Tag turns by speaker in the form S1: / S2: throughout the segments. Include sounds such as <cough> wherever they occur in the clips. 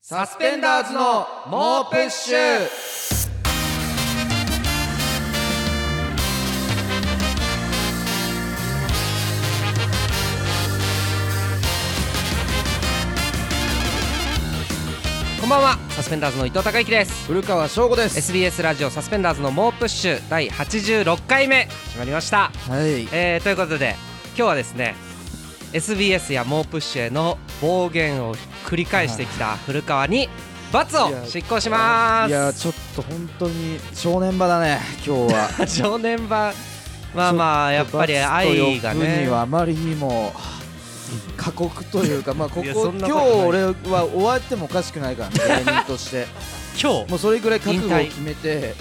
S1: サスペンダーズの猛プッシュこんばんはサスペンダーズの伊藤孝之です
S2: 古川翔吾です
S1: SBS ラジオサスペンダーズの猛プッシュ第86回目始まりました
S2: はい
S1: えーということで今日はですね SBS や猛プッシュへの暴言を繰り返してきた古川に罰を執行しま
S2: いや
S1: す
S2: ちょっと本当に正念場だね今日は
S1: 少年版 <laughs> まあまあやっぱり愛が
S2: 罰と呼ぶ
S1: ね
S2: にはあまりにも過酷というかまあここ
S1: いやそんな
S2: 今日
S1: ことない
S2: 俺は終わってもおかしくないから
S1: <laughs>
S2: ね芸人として
S1: 今
S2: もうそれぐらい覚悟を
S1: 引退
S2: 決めて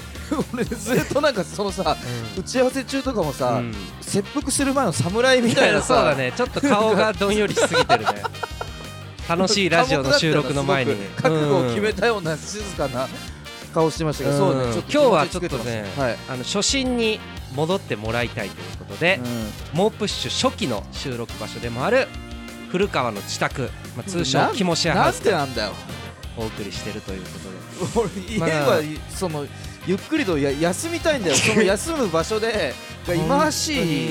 S2: 俺ずっとなんかそのさ打ち合わせ中とかもさ、
S1: うん
S2: 切腹する前の侍 <laughs> み
S1: みた
S2: た
S1: い
S2: い
S1: な <laughs>
S2: な
S1: そうだ
S2: さ
S1: ねちょっと顔がどんよりしすぎて
S2: <laughs>
S1: るね楽しいラジオの収録の前に
S2: 寡黙だったよなすごく覚悟を決
S1: う
S2: め
S1: ん
S2: たような静かな顔してましたけど、
S1: うん
S2: そうね
S1: 今日はちょっとね
S2: はい、
S1: あの初心に戻ってもらいたいということで、
S2: うん
S1: 猛プッシュ初期の収録場所でもある古川の自宅、まあ、通称
S2: な
S1: キモシェアハウ
S2: な
S1: ス
S2: んでなんだよ
S1: お送りしてるということで
S2: 俺家は、そのゆっくりとや休み
S1: <laughs>
S2: たいんだよその休む場所でが忌まわしい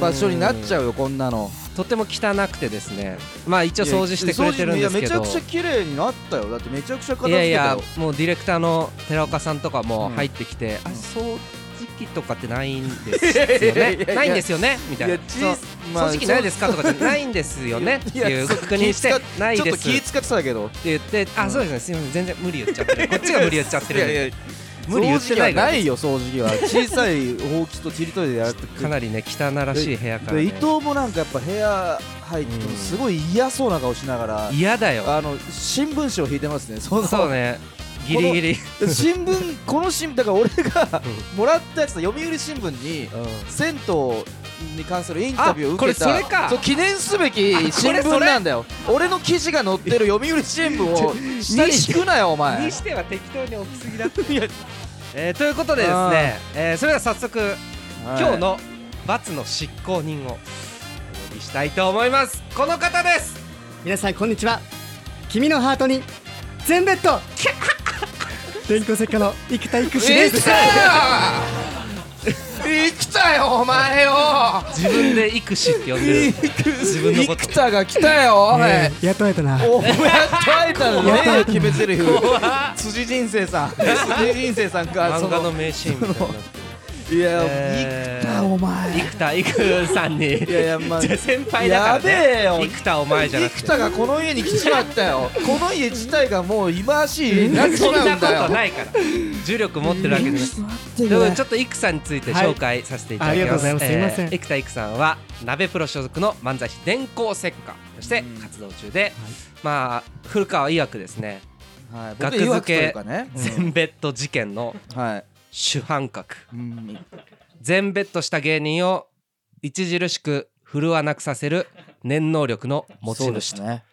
S2: 場所になっちゃ
S1: う
S2: うよこんなの
S1: んとても汚くてですねまあ一応掃除してくれてるん
S2: いや
S1: で
S2: 掃
S1: すけ
S2: 除いやめちゃ
S1: ど
S2: くちゃ綺麗になったよだってめちゃくちゃ片
S1: い
S2: 付
S1: やい
S2: けた
S1: や
S2: よ
S1: もうディレクターの寺岡さんとかも
S2: うん
S1: 入ってきて、あ
S2: うん
S1: 掃除機とかってないんですよ
S2: <laughs> いやいやいやい
S1: ね
S2: や
S1: ないんですよねみたいなそう掃除機ないですすかとかじゃないんですよ
S2: <laughs>
S1: ねっていう確認してない
S2: ちょっ
S1: で
S2: と
S1: す
S2: 気使ってたけど
S1: って言って、あ、そうですね、すみません、全然無理言っちゃってる、こっちが無理言っちゃってるんで、
S2: いやいや
S1: 無理言
S2: 掃
S1: っ
S2: 除
S1: て
S2: 機
S1: な
S2: はい
S1: から
S2: な
S1: ね、
S2: いよ掃除機は小さいほうきとちりとりで
S1: <laughs>
S2: やってく
S1: かなりね、汚らしい部屋から、
S2: で
S1: ね、
S2: 伊藤もなんかやっぱ部屋入ってもすごい嫌そうな顔しながら
S1: 嫌だよ、
S2: あの新聞紙を引いてます
S1: <laughs>
S2: ね、その
S1: そうね、ギリギリ、
S2: 新聞、この新聞、だから俺が
S1: う
S2: もらったやつ、読売新聞に銭湯に関するインタビューを受けた
S1: あこれそれか
S2: う記念すべき
S1: あこれそ
S2: 新
S1: れ
S2: 聞なんだよ、俺の記事が載ってる読売新聞を下に引くなよ、お
S1: うん
S2: 前
S1: に。しては適当に置きすぎだ
S2: <laughs>
S1: って。えーということでですね、えーそれでは早速、 <laughs> 今日の罰の執行人をお呼びしたいと思います。この方です。
S3: 皆さんこんにちは君のハートに全ベ
S1: <laughs>
S3: ッド電光石火の生田育
S2: 生
S3: 志です
S2: きたよ、お前よ、
S1: 自分で育士って呼んでる。自分のこと
S2: 生田が来たよ、おい。
S3: ねえ雇えたな
S2: おやっと会えたの
S3: やっと会
S2: ね
S3: えた
S2: 決めてる辻人生さん辻人生さんか
S1: 漫
S2: そ
S1: 画
S2: の
S1: の名シーンみたいになってる。
S2: いや、
S1: えー
S3: あお前
S1: 生田育さんに。
S2: いやいやまあ
S1: じゃあ先輩だから、ね、
S2: やべえよ
S1: 生田お前じゃなく
S2: 生
S1: て
S2: 田がこの家に来ちまったよこの家自体がもう忌まわしい家になっ
S3: <laughs>
S2: ち
S1: そん
S2: ま
S1: な
S2: うん
S1: こ
S2: だよ
S1: とないから <laughs> 重力持ってるわけじゃないでもちょっと生さんについて紹介させていただきます、
S3: はいありがとうございますすいません
S1: 生田育さんは鍋プロ所属の漫才師電光石火として活動中で、まあ古川曰くですね
S2: はい僕
S1: 学
S2: 曰
S1: 付
S2: くという
S1: け
S2: かね
S1: 全ベッド事件の
S2: うんはい
S1: 主犯格
S2: うん
S1: 全ベッドした芸人を著しく振るわなくさせる念能力の持
S2: そ
S1: ち
S2: うで
S1: 主
S2: す
S1: と
S2: ね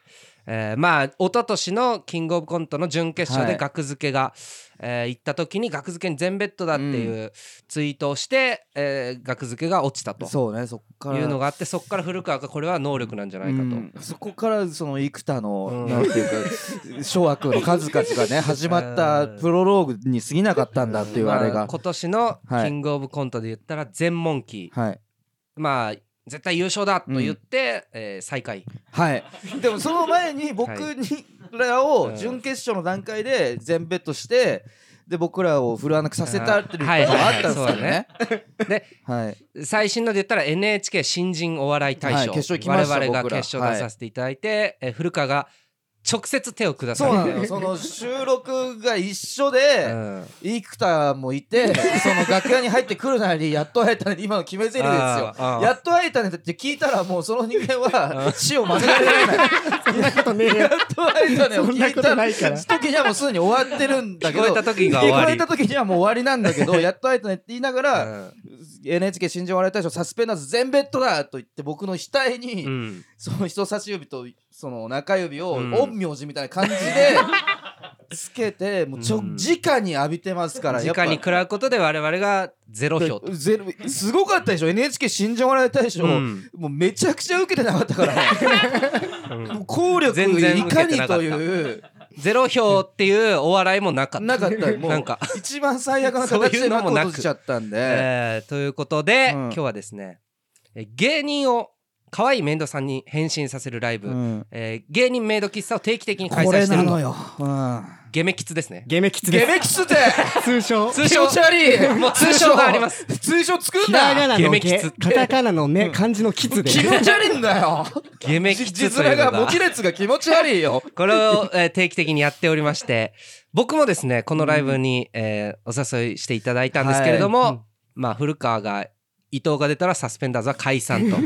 S1: えーまあ一昨年のキングオブコントの準決勝
S2: は
S1: で
S2: い
S1: 額付けが、えー行った時に額付けに全ベッドだっていううツイートをして、えー額付けが落ちたとい
S2: そうねそっから
S1: うのがあってそこから古川がこれは能力なんじゃないかと、
S2: うんそこからその生田の
S1: うん
S2: なんていうか <laughs> 諸悪の数々がね始まったプロローグに過ぎなかったんだっていうあれ
S1: まあ
S2: が
S1: 今年の
S2: はい
S1: キングオブコントで言ったら全モンキー、
S2: はい
S1: まあ絶対優勝だと言って、えー最下位
S2: はい、でもその前に僕
S1: は
S2: にらを
S1: うん
S2: 準決勝の段階で全ベットしてで僕らを振るわなくさせたっていうこと
S1: は
S2: が
S1: い
S2: あったんですよ
S1: そうだね
S2: ね。
S1: で
S2: はい、
S1: 最新ので言ったら NHK 新人お笑い大賞、
S2: はい決勝行きました
S1: 我々が
S2: 僕ら
S1: 決勝出させていただいて、えー古川が直接手を下さ
S2: そ
S1: れ
S2: うな
S1: て
S2: のよ <laughs> その収録が一緒
S1: う
S2: で
S1: ん
S2: 生田もいてその楽屋に入ってくるなりやっと会えたね今の決め台詞ですよ
S1: あーあー
S2: やっと会えたねって聞いたらもうその人間は死を免れられない
S3: <laughs> そんなことねえ
S2: や
S3: よ
S2: っと会えたねを
S3: そんな
S2: 聞い
S3: こ
S2: た
S3: とないから
S2: 時にはもうすでに終わってるんだけど
S1: 聞こえた時が終わり
S2: 聞こえた時にはもう終わりなんだけ
S3: <laughs>
S2: どやっと会えたねって言いながら、
S1: う
S2: NHK 新人お笑い大賞サスペンダーズ全ベッドだと言って僕の額に、
S1: ん、
S2: その人差し指とその中指を
S1: うん
S2: 陰陽師みたい
S1: <laughs>
S2: な感じでつけてもうちょ、
S1: うん
S2: 直に浴びてますからやっぱ
S1: 直に食らうことで我々がゼロ票と、
S2: ゼロすごかったでしょ NHK 新人お笑い大賞、
S1: うん
S2: もうめちゃくちゃ受けてなかったから <laughs> もう効力
S1: 全然
S2: い
S1: 受け
S2: か
S1: て
S2: に
S1: なかった
S2: という
S1: <laughs> ゼロ票っていうお笑いもなかった。
S2: な
S1: <laughs>
S2: かったも
S1: なん
S2: う
S1: か
S2: 一番最悪な
S1: そう
S2: 形
S1: いう
S2: で
S1: のも
S2: 幕を
S1: なく
S2: 閉じちゃったんで
S1: えーということで、
S2: うん
S1: 今日はですねえー芸人を可愛いメイドさんに変身させるライブ、
S2: うん
S1: えー芸人メイド喫茶を定期的に開
S2: こ
S1: 催
S2: れ
S1: して
S2: な
S1: ると
S2: のようん
S1: ゲメキツですね
S3: ゲメキツ
S2: ゲ
S3: です
S2: メキツって
S3: 通
S1: <laughs>
S3: 称
S1: 通
S2: 気
S1: 称
S2: 持ち悪い
S1: もう通称があります
S2: 通称作
S3: ひ
S2: ん
S3: ら
S2: な
S3: がな
S1: ゲ
S3: の
S1: メキ
S3: ゲ
S1: ツ
S3: カタカナの目漢字のキツで
S2: 気持ち悪いんだよ
S1: ゲメキ
S2: <laughs> じ字
S1: ツとい
S2: 面
S1: うの
S2: が
S1: が
S2: 持ち列が気持ち悪いよ
S1: これを、えー定期的にやっておりまして僕もですねこのライブに、えーお誘いしていただいたんですけれども、
S3: はいうん
S1: まあ古川が伊藤が出たらサスペンダーズは解散
S2: <laughs>
S1: と、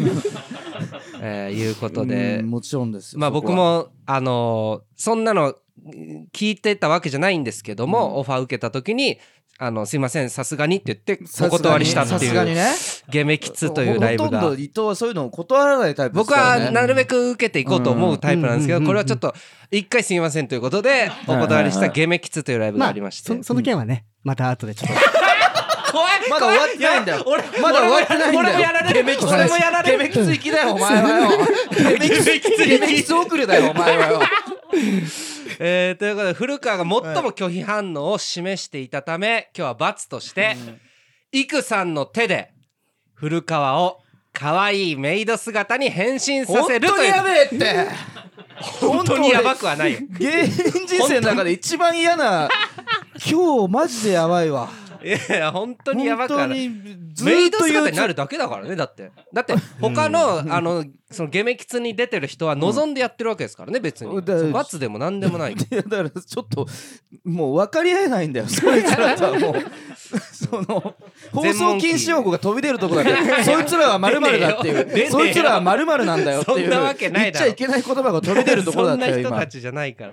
S1: えーいうことで
S2: うんもちろんですよ
S1: まあ
S2: そこ
S1: 僕
S2: は
S1: もあのーそんなのうん聞いてたわけじゃないんですけども、オファー受けた時に「あのすいませんさすがに」って言ってお断りしたって
S2: さすが
S1: い
S2: に
S1: う
S2: ね
S1: ゲメキツというライブ
S2: ほとんど
S1: が
S2: 伊藤はそういうのを断らないタイプです
S1: 僕
S2: からね
S1: はなるべく受けていこうと思うタイプなんですけ
S3: う
S1: ど
S3: ん
S1: これはちょっと一回すいませんということでお断りし
S2: はいはいは
S1: た
S2: い
S1: ゲメキツというライブが
S3: ま
S1: あ
S3: あ
S1: りまして
S3: そその件はねまた後でちょっと
S1: 怖い
S2: まだ終わってないん
S1: <laughs>
S2: だよまだ終わってないんだよ
S1: 俺もやられる
S2: ゲメキツ
S1: 俺もやられる
S2: ゲメキツ行きだよお前は
S1: <laughs>
S2: よゲメ
S1: ゲメ
S2: キツ
S1: キツ行き
S2: ゲメキツ遅れだよお前はよ
S1: えーということで古川が最も拒否反応を示していたため今日は罰としてイクさんの手で古川を可愛いメイド姿に変身 <laughs> さ
S2: 本
S1: せると
S2: 当に
S1: いう
S2: やべえって
S1: 本当にやばくはないよ
S2: 芸人人生の中で一番嫌な今日マジでやばいわ
S1: いやいや本当にやば
S2: 本
S1: くは
S2: 当
S1: ない
S2: にず
S1: メ
S2: ー
S1: イ
S2: っ
S1: ド
S2: と言
S1: 姿
S2: う
S1: になるだけだからねだってだって他のあのそのゲメキツに出てる人は望んでやってるわけですからね別に
S2: だ
S1: そう罰でも何でも
S2: <laughs>
S1: ない
S2: いやだからちょっともう分かり合えないんだよそいつらと
S1: <laughs>
S2: はもうその放送禁止用語が飛び出るとこだからそいつらはまるだって
S1: <laughs> 出ねえ
S2: いう
S1: よ
S2: そいつらはまるなんだよっていう
S1: そんなわけないだろ
S2: 言っちゃいけない言葉が飛び出るところだ
S1: そ
S2: っ
S1: んな
S2: たよ
S1: 人
S2: 今
S1: たちじゃないから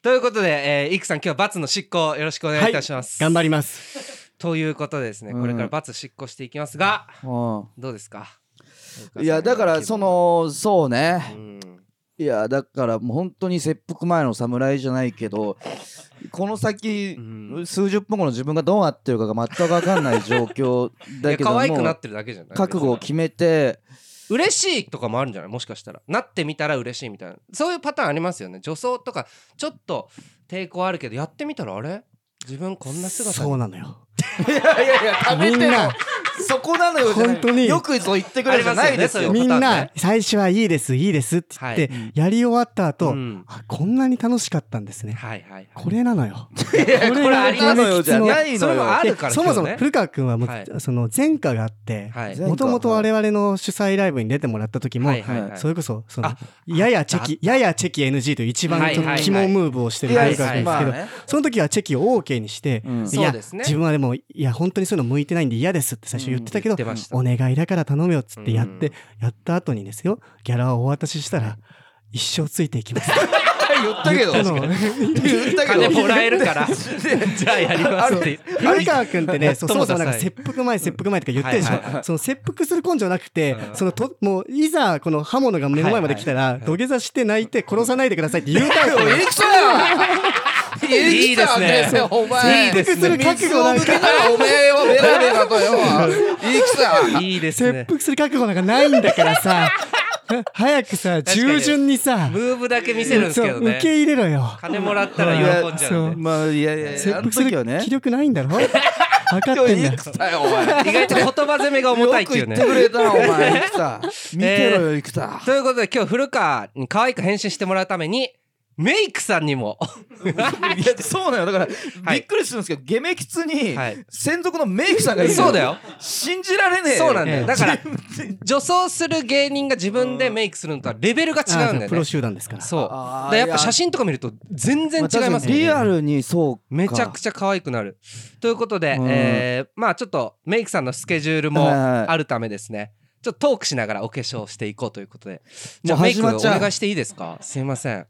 S1: ということで、えー、イクさん今日は罰の執行よろしくお願いいたします、
S3: 頑張ります
S1: ということでですね
S2: うん
S1: これから罰執行していきますが、
S2: う
S1: どうですか
S2: んいやだからそ、のそうね
S1: うん
S2: いやだからもう本当に切腹前の侍じゃないけどこの先
S1: うん
S2: 数十分後の自分がどうなってるかが全く分かんない状況
S1: い
S2: だ
S1: や
S2: けど
S1: 可
S2: も
S1: 愛くなってるだけじゃない
S2: 覚悟を
S1: 別
S2: 決めて
S1: に嬉しいとかもあるんじゃないもしかしたらなってみたら嬉しいみたいなそういうパターンありますよね女装とかちょっと抵抗あるけどやってみたらあれ自分こんな姿
S3: そうなのよ
S2: いやいやいや、食べて
S3: みん
S2: よ
S3: な。
S2: そこなのよ、じゃない
S3: 本当に
S2: よくぞ言ってくれるじゃないです
S1: あ
S2: よ。
S1: り
S3: みん
S1: パターン
S3: な
S1: ね
S3: 最初はいいですいいですって言ってやり終わった後
S1: うん
S3: あこんなに楽しかったんですね
S1: はいはいはい
S3: これなのよ
S2: いやこれありなのよ、じゃない
S1: そ
S2: の
S1: れも
S2: よ。
S1: あるから
S3: でそもそ
S1: 今
S3: も
S1: 日ね
S3: 古川君はもう、
S1: はい
S3: その前科があって
S1: はい
S2: 前科
S3: もともと我々の主催ライブに出てもらった時も、
S1: はいはいはい
S3: それこそその
S1: あ
S3: ややチェキややチェキ NG という一番
S1: はいはいはい
S3: 肝ムーブをしてる
S2: いや
S3: 古川君ですけど、
S2: まあね
S3: その時はチェキを OK にして、
S2: うん
S3: い
S1: そ
S3: や、
S1: うですね
S3: 自分はでもいや本当にそういうの向いてないんで嫌ですって最初言ってたけ
S1: うん言
S3: ど、
S1: ってました
S3: お願いだから頼むよっつってやって、
S1: うん
S3: やった後にですよギャラをお渡ししたら一生ついていきますって
S2: 言ったけど。
S3: 言ったのを
S2: 言ったけ
S1: 金も
S2: ど。
S1: らえるからじゃあやりますって
S3: 古川君ってね、そうそ
S1: も
S3: も
S1: っと
S3: そ
S1: も
S3: もな
S1: ダ
S3: んか
S1: サい
S3: 切腹前、切腹前とか言ってるでし
S1: はいはいは
S3: ょ。その切腹する根性なくて、そのと、もういざこの刃物が目の前まで来たら、土下座して泣いて殺さないでくださいって言うタ
S1: <laughs>
S3: イプ。
S2: エリクソだよ
S1: いいですね
S2: エリクソなんだよお前。
S1: いいですね
S2: 水を向けたらおめえをベラベラとよ。エリクソだ
S1: いいです
S3: 切
S1: ね
S3: 腹する覚悟なんかないんだからさ、
S1: <laughs>
S3: 早くさ、
S1: かに
S3: 従順にさ、
S1: ムーブだけ見せるんですけ
S3: そ
S1: ど
S3: う受
S1: ね
S3: け入れろよ。
S1: 金もらったら喜んじゃう
S3: そ
S1: んで
S2: まあ、いやいやい
S3: 切
S2: や、あの
S3: 腹する
S2: 時はね
S3: 気。力ないんだろ分かってん
S2: エ
S3: だ
S2: リ
S3: よ
S2: ク。ソだよ、お前。
S1: 意外と言葉攻めが重たいっ
S2: よ
S1: ていう
S2: く言っ
S1: ね
S2: てくれたな、お前。エリクソ見てろよ、エリク <laughs> ソ。
S1: ということで今日古川に可愛く変身してもらうためにメイクさんにも
S2: いやそうなのよだから、
S1: はい
S2: びっくりするんですけどゲメキツに
S1: はい
S2: 専属のメイクさんがいるの
S1: そうだよ
S2: 信じられねえよ
S1: そうなんだ
S3: え
S1: よ
S3: え
S1: だから女装する芸人が自分でメイクするのとはレベルが違うんだ
S3: あ
S1: よ
S3: プロ
S1: ね
S3: 集団ですから。
S1: そうだ
S2: あー
S1: からやっぱ写真とか見ると全然違います
S2: リ
S1: ね
S2: アルにそうか
S1: めちゃくちゃ可愛くなるということで
S2: うん
S1: えーまあちょっとメイクさんのスケジュールも
S2: はいはい
S1: あるためですねちょっとトークしながらお化粧していこうということでじゃあ
S2: もう
S1: メイ
S2: 始
S1: ク
S2: ま
S1: お
S2: っちゃう
S1: 願いしていいですかすいません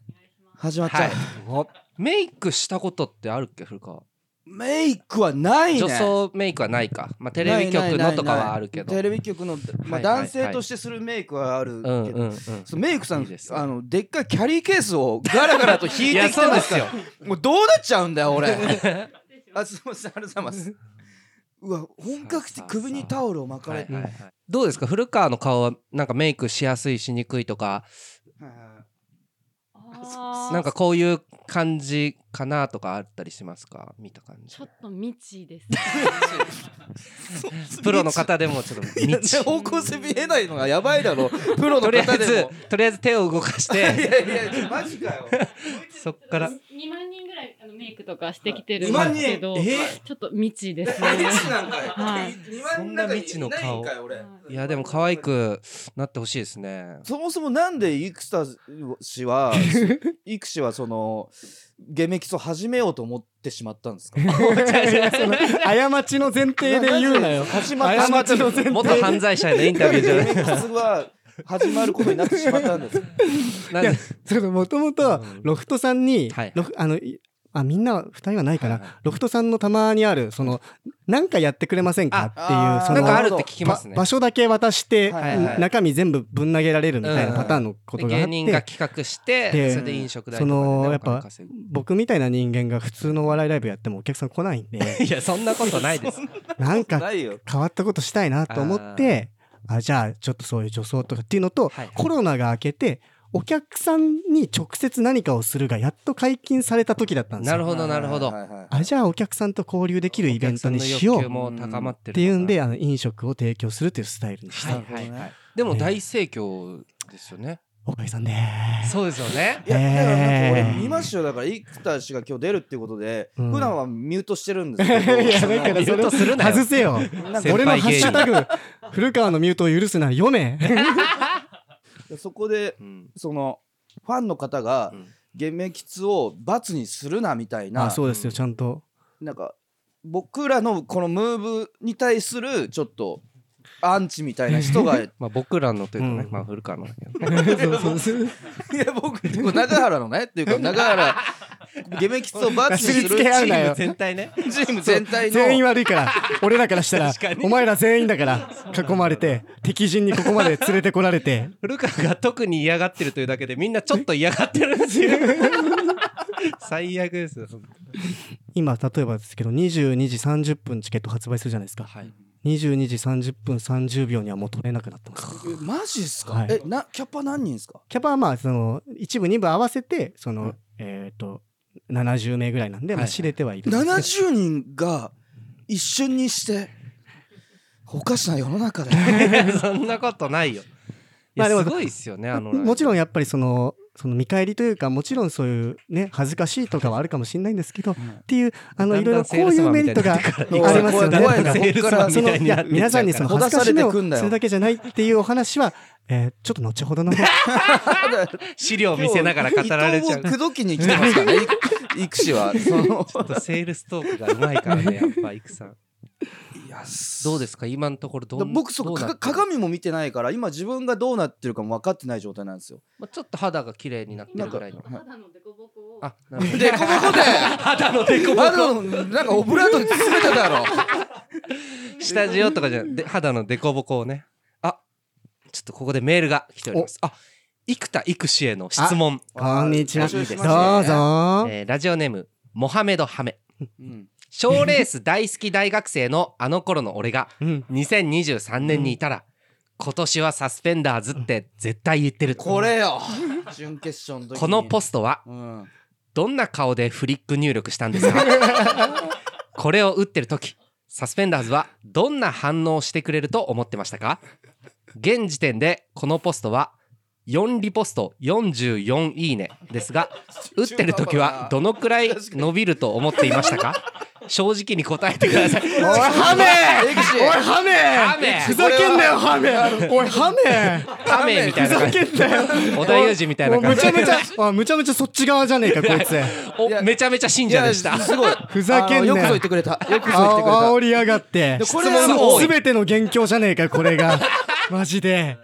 S2: 始まっち
S1: は
S2: ゃ、
S1: いうおメイクしたことってあるっけ古川
S2: メイクはないね
S1: 女装メイクはないか、まあ、テレビ局
S2: ないないない
S1: の
S2: ない
S1: とかはあるけど
S2: テレビ局の、
S1: は
S2: まあ、
S1: いはいはい
S2: 男性としてするメイクはあるけ
S1: う
S2: ど、
S1: んうんうん
S2: そのメイクさん
S1: いいですね
S2: あのでっかいキャリーケースをガラガラと引い
S1: い
S2: て
S1: や
S2: き
S1: そ
S2: て
S1: う
S2: ま
S1: ですす
S2: から
S1: よ
S2: もうどうなっちゃうんだ
S1: <laughs>
S2: よ俺あすみませんありがとうございますうわ本格的首にタオルを巻かれて、
S1: はいはいはいどうですか古川の顔はなんかメイクしやすいしにくいとか
S2: はいはい
S4: あ
S1: な
S4: なん
S1: かこういう感じかなとかあったりしますか見た感じ
S4: ちょっと未知です。
S1: プロの方でもちょっと
S2: いや
S1: 未
S2: <laughs>
S1: 知
S2: ね方向性見えないのがやばいだろプロの
S1: と
S2: 方
S1: り
S2: で
S1: あえず
S2: も
S1: とりあえず手を動かし
S2: い
S1: て
S2: やいやマジかよ
S1: <laughs> そっから
S4: 2万人ぐらいあのメイクとかしてきてる
S2: 2
S4: ん
S2: 万
S4: ですけど、
S2: 人え
S4: ちょっと未知ですね。
S2: 未知なんかよ
S4: はい
S2: 2万人なんかいない
S1: そんな未知の顔
S2: いないんかよ俺
S1: いやでも可愛くなってほしいですね
S2: そもそもなんでイクサ
S1: <laughs>
S2: 氏はイク氏はそのゲメキスを始めようと思ってしまったんですか
S3: その過ちの前提で言うなよ。
S2: 始まった
S3: 過ちの前
S1: 元
S3: 提
S1: 犯罪者へのインタビューじゃな
S2: ゲメ
S1: い
S2: キ <laughs> スは始まることになってしまったんですか
S1: なんで
S3: そのもともとロフトさんに、
S1: はい
S3: ロフあのいあみんな二人はないかな、
S1: はいはい
S3: ロフトさんのたまにあるそのなんかやってくれませんかって
S2: あ
S3: いうそ
S1: な
S3: の
S1: んかあるって聞きますね
S3: ば場所だけ渡して、
S2: はいはい
S1: はい
S3: 中身全部ぶん投げられるみたいなパターンのこと
S1: で
S3: があ
S1: 芸
S3: って、
S1: 人が企画して
S3: で
S1: それで飲食代
S3: そ
S1: とかでね
S3: の
S1: お金
S3: やっぱ
S1: 稼ぐ
S3: 僕みたいな人間が普通のお笑いライブやってもお客さん来ない
S1: <laughs>
S3: ん
S1: <laughs>
S3: で
S1: いやそんなことないです
S3: なんか
S2: ないよ
S3: 変わったことしたいなと思ってあじゃあちょっとそういう女装とかっていうのと、
S1: はい
S3: コロナが明けてお客さんに直接何かをするがやっと解禁された時だったんですよ
S1: なるほどなるほど
S2: はいはいはい
S3: あじゃあお客さんと交流できるイベントにし
S1: お
S3: よう
S1: 客さ
S3: っ
S1: んの欲求も高まってる
S3: ていうんであの飲食を提供するというスタイルにした、
S1: は
S2: はいい
S1: は
S2: はいい
S1: は
S2: はいい、
S1: でも大盛況ですよね、
S3: おかげさんで
S1: そうですよね
S3: <laughs>
S2: いやだからなんか
S3: え
S2: 俺
S3: ー
S2: 見ましたよだから生田氏が今日出るっていうことで、
S3: うん
S2: 普段はミュートしてるんですけど
S3: <laughs> いやだからそれ
S1: ミュートするなよ
S3: 外せよ
S2: なんか
S1: 先
S3: 俺の
S1: 輩
S3: ハッ
S1: 芸
S3: シ
S1: 人
S3: ュタグ古川のミュートを許すなら読め
S2: そこで
S1: うん
S2: そのファンの方がゲメキツを罰にするなみたいな
S3: あそうですよちゃん
S1: <laughs>
S3: と
S2: なんか僕らのこのムーブに対するちょっとアンチみたいな人がい
S1: まあ僕らのというかね、
S3: うん
S1: まあ古川のだけどね
S3: そうそうそう
S2: や僕長原のねっていうか長原ゲメキツを罰にす
S1: <laughs>
S3: <laughs> なす
S2: る
S3: り
S2: チ
S3: つけ合うなよ
S2: ー
S1: チーム全体ね
S2: ムチーム全体の
S3: 全員悪いから俺らからしたら
S1: 確かに
S3: お前ら全員だから囲まれて敵陣にここまで連れてこられて
S1: 古川が特に嫌がってるというだけでみんなちょっと嫌がってるんです
S3: <laughs>
S1: よ最悪ですよ
S3: 今例えばですけど22時30分チケット発売するじゃないですか <laughs>
S1: はい
S3: 22時30分30秒にはもう取れなくなってます
S2: えマジっすか、
S3: はい
S2: えなキャパ何人っすか
S3: キャパはまあその一部二部合わせてその、
S1: うん
S3: えっ、と70名ぐらいなんで、
S1: はい
S3: まあ、
S1: はい
S3: 知れてはいるんですけど
S2: 70人が一瞬にしておかしな世の中で
S1: <laughs> そんなことないよい
S3: まあ
S1: や
S3: ですも
S1: ごいっすよねあのライブ
S3: もちろんやっぱりそのその見返りというかもちろんそういうね恥ずかしいとかはあるかもしれないんですけどっていうあの
S1: だ
S3: い
S1: んだ
S3: ろい
S1: ん
S3: ろこう
S1: セール
S3: い
S1: ス
S3: う
S1: マン
S3: メ
S1: み
S3: リ
S1: た
S3: ッ
S1: い
S3: ト
S1: になってくる
S3: がありますよね。
S2: 怖い怖い怖い
S1: セールスマンみた
S3: その
S1: いに
S3: い
S1: な
S3: や
S1: って
S3: 皆さんにその恥ずかしめをするだけじゃないっていうお話は、えーちょっと後ほどの <laughs> 方
S1: 資料を見せながら語られちゃう
S2: 伊藤を口説きに来てますからねい育
S1: <laughs>
S2: 士はその
S1: ちょっとセールストークがうまいからねやっぱ育さん
S2: いや
S1: どうですか今のところど
S2: だ
S1: ん
S2: 僕そ
S1: ど
S2: こ
S1: うなって
S2: か
S1: る
S2: 鏡も見てないから今自分がどうなってるかも分かってない状態なんですよ。
S1: まあ、ちょっと肌が綺麗になってるぐらいの
S4: 肌のデコボコを
S1: あなるほど
S2: でこぼこで
S1: 肌の
S2: <laughs>
S1: デコボ
S2: あ
S1: コ
S2: のなんかオブラートに包めただろ。
S1: スタジオとかじゃで肌のデコボコをねあちょっとここでメールが来ておりますあ生田育志への質問、
S3: こんにちは
S2: 募集します
S3: どうぞ
S1: えーラジオネームモハメドハメ
S2: うん
S1: 賞レース大好き大学生のあの頃の俺が
S3: うん
S1: 2023年にいたら、今年はサスペンダーズって絶対言ってる
S2: これよ。準決勝の時に。
S1: このポストは
S2: うん。
S1: どんな顔でフリック入力したんですかこれを打ってる時サスペンダーズはどんな反応をしてくれると思ってましたか現時点でこのポストは4リポスト44いいねですが打ってる時はどのくらい伸びると思っていましたか正直に答えてください
S3: おいハメ
S2: エクシ
S3: おいハ
S1: ハ
S3: メ
S1: メ
S3: ふざけんなよハメおいハメ
S1: カメみたい
S3: ふ
S1: な
S3: ざ
S1: 感じ
S3: けんなよ
S1: <laughs> 織田裕二みたいな
S3: お
S1: 感
S3: む
S1: じ
S3: ちゃむち <laughs> ゃあむちゃむちゃそっち側じゃねえかこいつ
S1: <laughs> おめちゃめちゃ信
S2: い
S1: 者
S2: や
S1: でした
S2: すごい。
S3: ふざけんな
S2: あの
S3: よ
S2: よくぞ言ってくれた。よくぞ言ってくれ
S3: あ
S2: た
S3: 煽。りやがって
S2: でこれ
S1: 質問が多い
S3: すべての元凶じゃねえかこれ <laughs> がマジで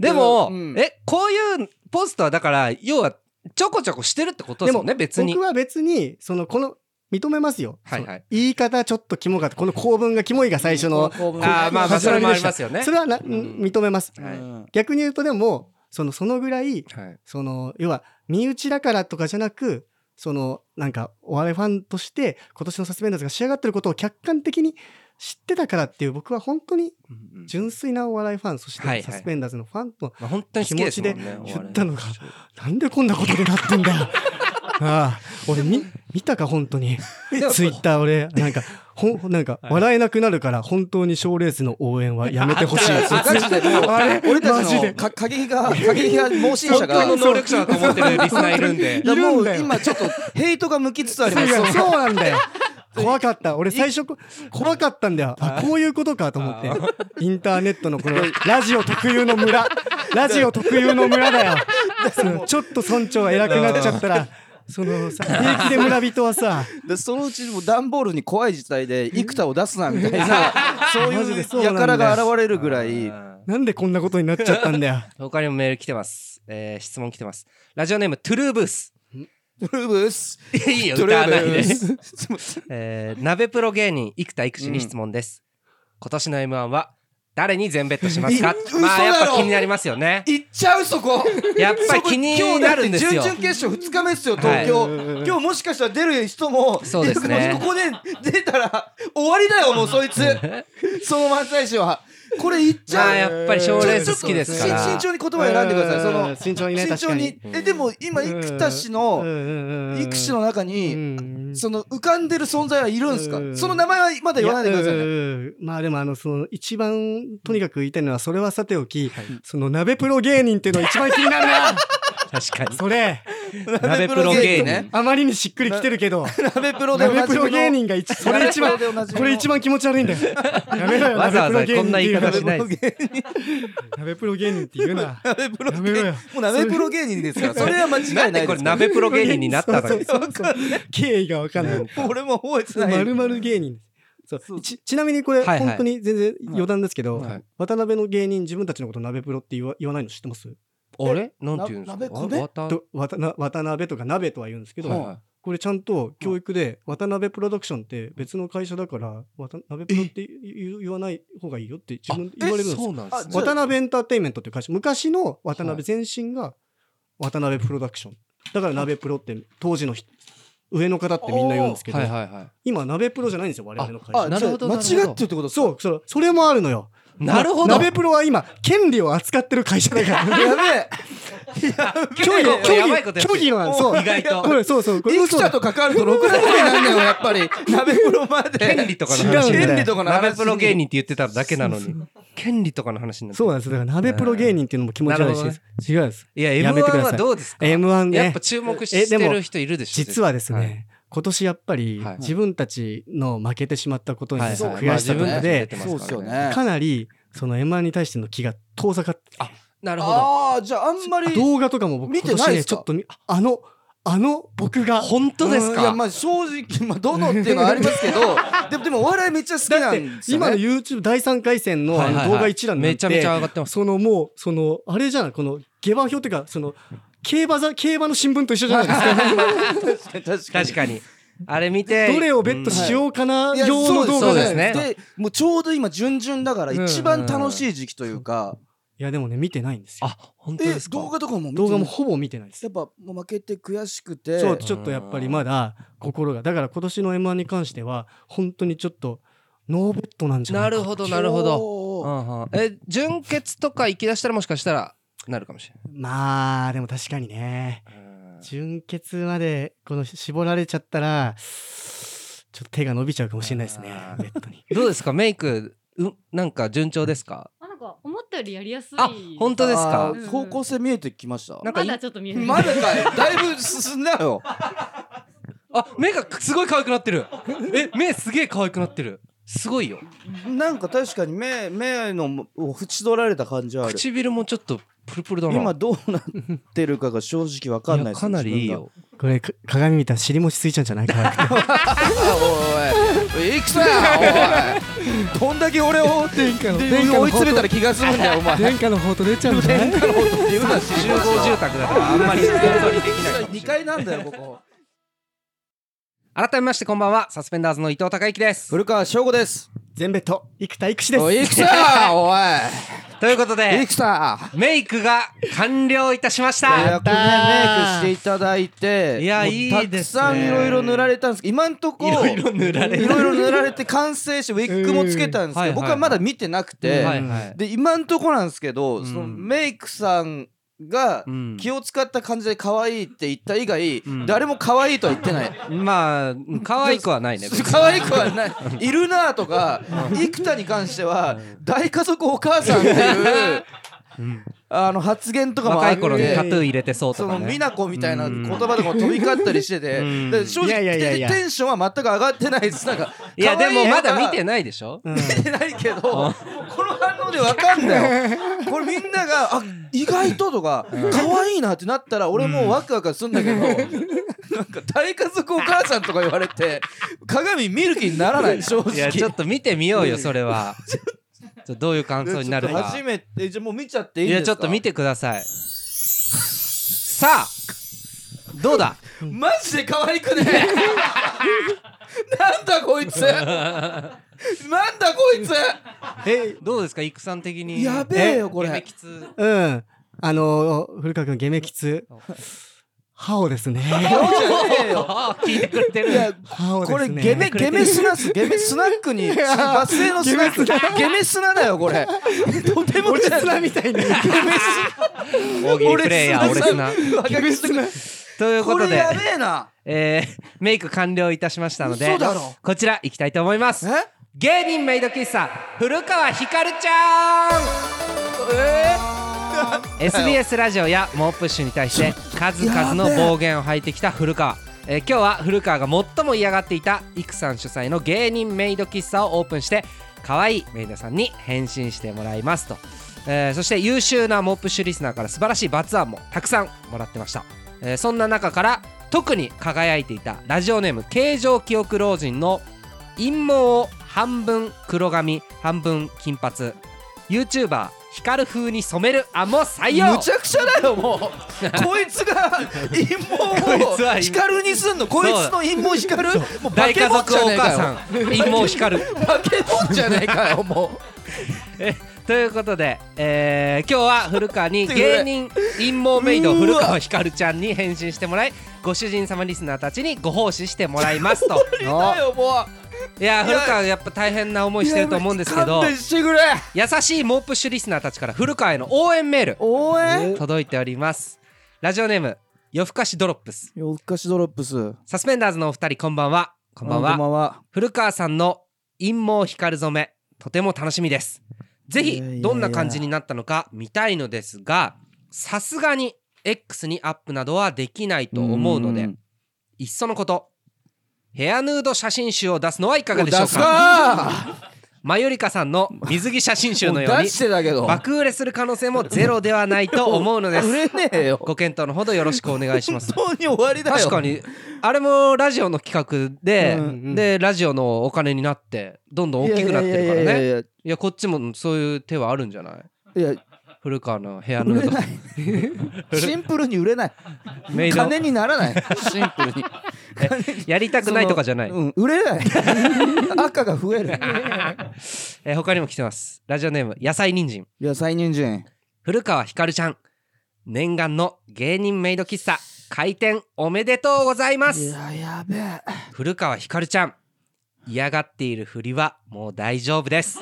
S1: でも、
S2: うん
S1: えこういうポストはだから要はちょこちょこしてるってことですよね別に
S3: 僕は別にそのこの認めますよ、
S1: はいはい
S3: その言い方ちょっとキモかったこの構文がキモいが最初の
S2: この
S1: あーまあまあ
S3: 始
S1: そ
S3: ま
S1: れ
S3: り
S1: もあ
S3: で
S1: り
S3: し
S1: ま
S3: た
S1: すよね
S3: それはな、
S1: ん
S3: 認めます、
S1: はい
S2: うん
S3: 逆に言うとでもそのそのぐらい
S1: はい
S3: その要は身内だからとかじゃなくそのなんかお笑いファンとして今年のサスペンダーズが仕上がってることを客観的に知ってたからっていう僕は本当に
S2: うん
S3: 純粋なお笑いファンそし
S1: はいはい
S3: てサスペンダーズのファンと
S1: まあ、本当に好きですもんね。
S3: 言ったのがなんでこんなことになってんだよ
S1: <laughs>
S3: ああ俺み見たか本当に
S1: でも
S3: ツイッター俺なんかほんなんか笑えなくなるから本当に賞ーレースの応援はやめてほしい
S1: ああったあった
S2: ガチでもう
S3: あれ
S2: 俺た
S3: マジ
S2: ち
S3: で
S2: のか過激が過激が盲信者
S1: 本
S2: が
S1: 当の能力者だと思ってるリスナーいるんで。
S3: いるんだよ
S2: もう今ちょっとヘイトが向きつつあり
S3: そ
S2: ま
S3: う
S2: す
S3: そうなん
S2: <laughs>
S3: だよ。怖かった。俺最初こ怖かったんだよ。あ、こういうことかと思って
S1: あ。
S3: インターネットのこのラジオ特有
S2: <laughs>
S3: の村。ラジオ特有の村だよ。そのちょっと村長が偉くなっちゃっ
S2: <laughs>
S3: たら、そのさ、平気で村人はさ、
S2: でそのうちもう段ボールに怖い事態で幾多を出すなみたいな <laughs> そう
S3: マジでそう
S2: いう
S3: なんだよ
S2: 輩が現れるぐらい
S1: あー
S3: なんでこんなことになっちゃったんだよ。
S1: 他にもメール来てます。えー、質問来てます。ラジオネーム、トゥルーブース。 <laughs>
S2: トゥルーブース
S1: いいよ、
S2: トゥ
S1: 歌
S2: ル
S1: わない
S2: ーブ
S1: で
S2: ー。ス
S1: えー、鍋プロ芸人、生田育志に質問です。今年の M1 は、誰に全ベットしますか
S2: い嘘だろ
S1: まあ、やっぱ気になりますよね。
S2: 行っちゃうそこ
S1: やっぱり気になるんですよ
S2: 今日だって準々決勝2日目ですよ東京、
S3: はいうんうんうん
S2: 今日もしかしたら出る人も
S1: そうですね
S2: いやここで出たら終わりだよもうそいつその漫才師はこれ行っちゃう、
S1: まあ、やっぱり賞ーレース好きですから。
S2: ちょっと慎重に言葉を選んでください <laughs> その
S3: 慎重にね、
S2: 慎
S3: 確
S2: 重
S3: か
S2: に
S3: に。
S2: えでも今生田氏の生
S3: 育
S2: 氏の中に
S3: に
S2: その浮かんでる存在はいるんですか
S3: うん
S2: その名前はまだ言わないでください
S3: やう
S2: ね
S3: んうんうんまあでもあのその一番とにかく言いたいのはそれはさておき、その鍋プロ芸人っていうのが一番気になるな
S1: 確かに。
S3: それ
S1: 鍋プロ芸人。
S2: ね
S3: あまりにしっくりきてるけど
S2: 鍋プロでお
S3: 鍋
S2: なじ
S3: プ
S2: み
S3: ロ
S2: の
S3: 芸人が一それ一番これ一
S2: 番
S3: 番気持ち悪いんだよやめろよ
S1: わざわざこんな言い方し
S3: 鍋
S1: ないです。
S3: プロ芸人って言うな
S2: 鍋プロ
S3: やめろ
S2: 芸人
S3: よ
S2: もう鍋プロ芸
S1: <laughs>
S2: 人ですからそれは間違いな
S1: ないん
S2: です
S1: でこれ鍋プロ芸人になったの
S3: そう
S1: に。
S3: そうそう経緯がわかんない
S2: 俺も覚えてない
S3: まるまる芸人そうちちなみにこれ、
S1: はいはい
S3: 本当に全然余談ですけど、
S1: はい
S3: 渡辺の芸人自分たちのこと鍋プロって言わ言わないの知ってます
S1: あれなんて言うんですか
S2: 鍋米
S1: わた
S3: と渡な渡辺とか鍋とは言うんですけど、
S1: はいはい
S3: これちゃんと教育で渡辺プロダクションって別の会社だから渡鍋プロって言う言わない方がいいよって自分で言われるんで
S1: そ
S3: すよ
S1: うなんですね
S2: あ。
S3: 渡辺エンターテインメントっていう会社昔の渡辺前身が渡辺プロダクションだから鍋プロって当時の人上の方ってみんな言うんですけど、
S1: はいはいは
S3: 今鍋プロじゃないんですよ我々の会
S2: あ
S3: 社
S1: なるほど
S2: じ
S1: なる
S2: ゃあ
S1: ほど
S2: 間違ってるってことう
S3: そうそうそれもあるのよ
S1: い。なるほど。
S3: 鍋プロは今権利を扱ってる会社だか
S1: <laughs>
S3: ら
S2: やべえ
S3: 虚
S1: 結構
S3: 偽
S1: やばいことやってる
S3: 虚偽のそう
S1: 意外。
S3: ことれ <laughs> そうそうこれ
S2: 生
S3: 嘘だ
S2: 田と関わるとろくなことになんねよやっぱり鍋プロまで
S1: 権利とかの
S3: 違
S1: 話
S3: うんだよ
S2: 権利とかの話
S1: 鍋プロ芸人って言ってただけなのに。権利とかの話になって
S3: そうなんですだから鍋プロ芸人っていうのも気持ち悪いし、
S1: なるほ
S3: 違うんです
S1: いや、
S3: やめて
S1: M1
S3: くださ
S1: はいどうですか
S3: M1
S1: やっ
S3: ね
S1: ぱ注目
S3: え
S1: し
S3: で
S1: て
S3: も
S1: る人いるでしょ
S3: 実はですね、
S1: はい
S3: 今年やっぱり
S1: はい
S3: 自分たちの負けてしまったことに
S1: はいはい
S3: そう
S2: まあ
S3: 悔しさと
S2: 自
S3: か
S2: 分
S1: で
S3: で
S1: 出てます
S2: そ
S1: からね
S2: うですよね
S3: かなりその M1 に対しての気が遠ざかって
S1: あなるほど。
S2: ああじゃああんまり
S3: 動画とかも僕
S2: 見
S3: 今
S2: てな
S3: 年
S2: いっ
S3: ね
S2: すか
S3: ちょっとみあのあの僕が
S1: 本当です
S2: うんいや
S1: か
S2: まあ正直まあどのっていうのはありますけどでもでもお笑いめっちゃ好きな
S3: だって
S2: んですよね
S3: 今の YouTube 第3回戦の
S1: はい
S3: あ
S1: はいはい
S3: の動画一覧なんて
S1: めちゃめちゃ上がってます。
S3: そのもうそのあれじゃないこの下馬評っていうかその競馬ざ競馬の新聞と一緒じゃないです
S1: <laughs>
S3: か
S2: 確かに確
S1: 確かに。あれ見て。
S3: どれをベットしようかな
S2: にいや
S3: 用の動
S1: そ
S3: 画
S1: う
S3: で
S1: ですすね
S2: でもうちょうど今順々だから一番楽しい時期というか、
S3: いやでもね見てないんですよ
S1: あ、本当で
S2: え
S1: すか
S2: 動画とかも見て
S3: 動画もほぼ見てないです
S2: やっぱもう負けて悔しくて
S3: そうちょっとやっぱりまだ心がだから今年の m 1に関しては本当にちょっとノーベットなんじゃな
S1: ない
S3: か
S1: る
S3: な
S1: ほど、なるほど。う
S2: ど
S1: んうんえ純潔とか行き出したらもしかしたらなるかもしれ
S3: まあでも確かにね
S1: ない。
S3: 純潔までこの絞られちゃったらちょっと手が伸びちゃうかもしれないですね
S1: あー
S3: ベッドに
S1: どうですかメイクうなんか順調ですか
S4: あなんか思ったよりやりやすい。
S1: あ本当ですか
S4: うん
S2: 方向性見えてきました
S1: なんか
S4: ま
S1: い
S4: だちょっと見えない。
S2: まだかいだいぶ進んだよ
S1: あ目がすごい可愛くなってるえ目すげえ可愛くなってるすごいよ
S2: <laughs> なんか確かに目目のを縁取られた感じはある
S1: 唇もちょっとプルプルだな
S2: 今どうなってるかが正直わかんない
S1: いや
S2: です
S1: かなりいいよ
S3: これか鏡見たら尻餅ついちゃうんじゃないかな
S2: おい、いくつだよ、おい。どんだけ俺をで
S3: 下の
S2: 追い詰めたら気が済むんだよ、お前。
S3: 殿下の方と出ちゃうんじゃない
S2: 天下のことって言う
S1: 集
S2: な、
S1: 合住宅だからあんまり想像にできないかもしれない
S2: 二階なんだよ、ここ。
S1: 改めましてこんばんはサスペンダーズの伊藤孝之です
S2: 古川翔吾です。
S3: 全ベッド生田育志
S2: お
S3: で
S2: い
S3: す
S2: いくさお
S1: ということ
S2: いい
S1: で
S2: くさ
S1: メイクが完了いたしまし
S2: や
S1: た
S2: っとねメイクしていただいて
S1: いや
S2: もう
S1: いい
S2: た
S1: で
S2: く
S1: すね
S2: さんいろいろ塗られたんですけど今んとこ
S1: いろいろ塗られた
S2: いろいろ塗られて完成してウィッグもつけたんです
S1: うんはいはいは
S2: け
S1: い
S2: ど僕はまだ見てなくて
S1: はいはい
S2: で今んとこなんですけど
S1: うん
S2: そのメイクさんが
S1: うん
S2: 気を使った感じで可愛いって言った以外
S1: ん
S2: 誰も可愛いとは言ってない。
S1: まあうん可愛くはないね別に
S2: <laughs> 可愛くはないいるなとか生田に関しては大家族お母さんっていうあの発言とかもあ
S1: 若
S2: っ
S1: い
S2: て
S1: 頃にタトゥー入れてそう
S2: そ
S1: とか
S2: の
S1: ね
S2: 美奈子みたいな言葉とかも飛び交ったりしてて
S1: うん
S2: で正直
S3: いやいやいやいや
S2: テンションは全く上がってないですなんか
S1: いやでもまだ見て
S2: な
S1: ないでしょ
S3: うん
S2: 見てないけどこの反応でわかんだよこれみんながあ意外ととか可愛いなってなったら俺もうワクワクするんだ <laughs> けどなんか大家族お母さんとか言われて鏡見る気にならない正直
S1: いやちょっと見てみようよそれは
S2: <laughs>
S1: ちょっとどういう感想になる
S2: ちょっ
S1: か
S2: と初めてじゃあもう見ちゃっていい
S1: い
S2: んです
S1: や
S2: か
S1: ちょっと見てくださいさあどうだ
S2: マジで可愛くね <laughs> なんだこいつなんだこいつ
S3: え
S1: どうですか育さん的に
S2: やべえよ
S1: え
S2: これ
S1: ゲメキツ
S3: うんあの古川君ゲメキツハオですね
S1: あ聞いてくれてる
S2: いや
S3: ハオです
S2: こ
S3: ね
S2: れゲメゲメスナスゲメスナックにバス停のスナックゲメ砂だよこれ <laughs> とても
S3: 落
S2: じ
S3: ち
S2: ゃ
S3: つ
S2: ない
S3: らみたいに
S2: ゲメ
S1: 大喜利プレイヤー俺すな
S2: 砂わかりました
S1: というこ
S2: ことれ
S1: で
S2: やべえな
S1: えーメイク完了いたしましたので
S2: 嘘だろ
S1: こちら行きたいと思います
S2: え
S1: 芸人メイド喫茶古川ひかるちゃん
S2: え
S1: SBS ラジオやモープッシュに対して数々の暴言を吐いてきた古川えー今日は古川が最も嫌がっていた育さん主催の芸人メイド喫茶をオープンして可愛いメイドさんに変身してもらいますと、えーそして優秀なモープッシュリスナーから素晴らしい罰案もたくさんもらってました、えーそんな中から特に輝いていたラジオネーム形状記憶老人の陰謀を半分黒髪半分金髪 YouTuber 光風に染める案も採用
S2: むちゃくちゃだよもうこいつが陰謀
S1: こいつは
S2: を
S1: 陰
S2: 光にすんのこいつの陰謀光るもう化
S1: 大
S2: け
S1: 家
S2: 物
S1: 族
S2: じゃ
S1: お
S2: ねえか
S1: 母
S2: よ
S1: さん陰謀光る
S2: 化け物じゃねえかよも
S1: えということで、えー今日は古川に
S2: というこ
S1: 芸
S2: とで
S1: 人陰謀メイド
S2: うわ
S1: 古川光ちゃんに変身してもらいご主人様リスナーたちにご奉仕してもらいますと
S2: <laughs> ういたよも
S1: いや古川やっぱ大変な思
S2: う
S1: いしてると思うんですけ
S2: いや
S1: ど
S2: 勘弁してくれ
S1: 優しい猛プッシュリスナーたちから古川への応援メール
S2: 応援
S1: 届いておりますラジオネーム夜更かしドロップス
S2: 夜更かしドロップス
S1: サスペンダーズのお二人こんばんはこんばんは
S2: こんばんは
S1: 古川さんの陰謀光る染めとても楽しみですぜ
S2: いやいやい
S1: ひ
S2: や
S1: どんな感じになったのか見たいのですがさすがに X にアップなどはできないと思うので
S2: ん
S1: いっそのことヘアヌード写真集を出すのはいかがでしょ
S2: 出
S1: う
S2: す
S1: か
S2: か
S1: マヨリカさんの水着写真集のよ
S2: も
S1: う
S2: う
S1: に
S2: 出してたけど
S1: 爆売れする可能性もゼロではないと思うので
S2: 売 <laughs>
S1: す
S2: れねえよ
S1: ご検討のほどよろしくお願い
S2: <laughs>
S1: します
S2: 本当に終わりだよ
S1: 確かにあれもラジオの企画で、
S2: うんうん
S1: でラジオのお金になってどんどん大きくなってるから
S2: いやい
S1: ね
S2: やいやい
S1: いやこっちもそういう手はあるんじゃない
S2: やいや
S1: 古川の部屋
S2: 売
S1: の
S2: れないシンプルに売れない
S1: メイド
S2: <laughs> 金にならない <laughs> シンプ
S1: <laughs>
S2: ルに
S1: やりたくないとかじゃない、
S2: うん、売れない <laughs> 赤が増える
S1: えー他にも来てますラジオネーム野菜人参
S2: 野菜人参
S1: 古川ひかるちゃん念願の芸人メイド喫茶開店おめでとうございま
S2: い
S1: す
S2: ややべえ
S1: 古川ひかるちゃん嫌がっているふりはもう大丈夫
S2: <laughs>
S1: です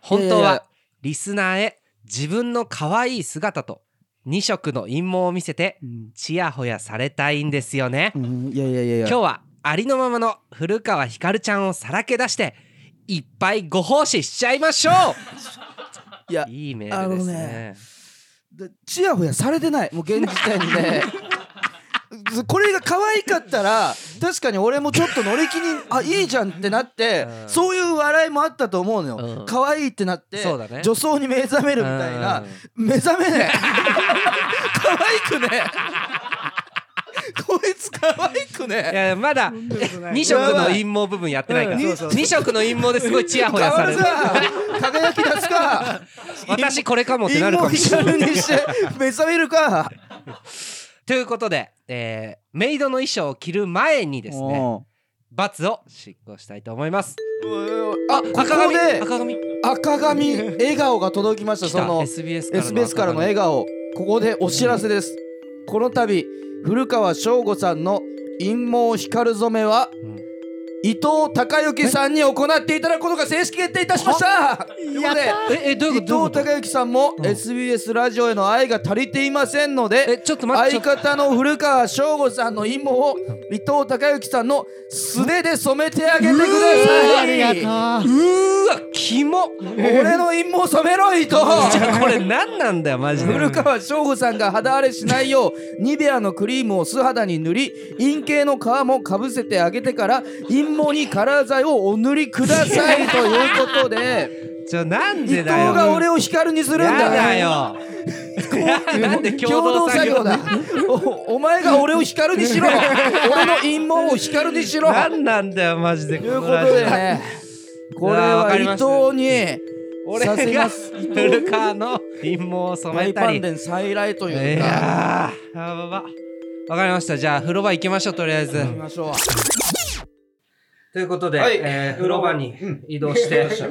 S1: 本当
S2: いやいや
S1: はリスナーへ自分の可愛い姿と2色の陰謀を見せて
S2: うん
S1: ちやほやされたいんですよね
S2: うんいやいやいやいや
S1: 今日はありのままの古川ひかるちゃんをさらけ出していっぱいご奉仕しちゃいましょ
S2: いや
S1: ういいメールですね
S2: でちやほやされてないもう現時点でこれが可愛かったら確かに俺もちょっと乗り気にあいいじゃんってなって、
S1: うん
S2: そういう笑いもあったと思うのよ、
S1: うん
S2: 可愛いってなって、
S1: そうだね
S2: 女装に目覚めるみたいな、目覚めねえ可愛くねえ <laughs> こいつ可愛くね
S1: い
S2: え
S1: やまだ2色の陰謀部分やってないから
S3: うんそうそうそう
S1: 2色の陰謀ですごいちやほ
S2: 変
S1: や
S2: わ
S1: され
S2: る
S1: る
S2: さ輝き出す
S1: <laughs>
S2: か
S1: 私これかもって
S2: 陰
S1: なるか
S2: 謀
S1: もしれない
S2: 光にして目覚めるか
S1: ということで、えーメイドの衣装を着る前にですね
S2: おう
S1: 罰を執行したいと思います
S2: あここ
S1: 赤髪
S2: で
S1: 赤髪
S2: 赤髪笑顔が届きました
S1: 来
S2: そ
S1: た
S2: の
S1: SBS からの
S2: SBS からの笑顔ここでお知らせですこの度古川翔吾さんの陰謀光る染めは、
S1: ん
S2: 伊藤孝之さんに行っていただくことが正式決定いたしましたということで
S1: ええどういうことどういう
S2: 伊藤
S1: こと
S2: 孝之さんも
S1: うん
S2: SBS ラジオへの愛が足りていませんの
S1: え
S2: で
S1: ちょっと待って
S2: 相方の古川翔吾さんの陰謀を伊藤孝之さんの素手で染めてあげてください
S1: <laughs>
S3: がとう。
S1: うーわキモ
S2: 俺の陰謀染めろ伊藤
S1: じゃあこれ何なんだよマジで
S2: 古川翔吾さんが肌荒れしないようニベアのクリームを素肌に塗り陰茎の皮もかぶせてあげてから陰毛にカラー剤をお塗りくださいということ
S1: <laughs>
S2: で
S1: じゃあなん
S2: 伊
S1: で
S2: 藤
S1: だよ
S2: が俺を光にするん
S1: やだ
S2: だ
S1: よなんで共
S2: 共
S1: 同
S2: 同
S1: 作
S2: 作
S1: 業
S2: 業だおお <laughs> 前が俺を光に
S1: <laughs>
S2: しろ俺の陰毛を光にしろ
S1: 何なんだよマジで
S2: と
S1: こ
S2: いう
S1: の
S2: こ
S1: ラジ
S2: と
S1: オ
S2: でねこれ
S1: わ
S2: は
S1: か
S2: 伊
S1: りました
S2: 藤に
S1: 俺
S2: させ
S1: が
S2: ます
S1: 古川の陰謀を染
S2: 大
S1: め
S2: パ
S1: た
S2: ン
S1: り
S2: デン再来と
S1: い
S2: いうか
S1: やーやばばわかりましたじゃあ風呂場行きましょうとりあえず
S2: 行きましょう
S1: ということで、
S2: はい
S1: えー風呂場に移動して、ち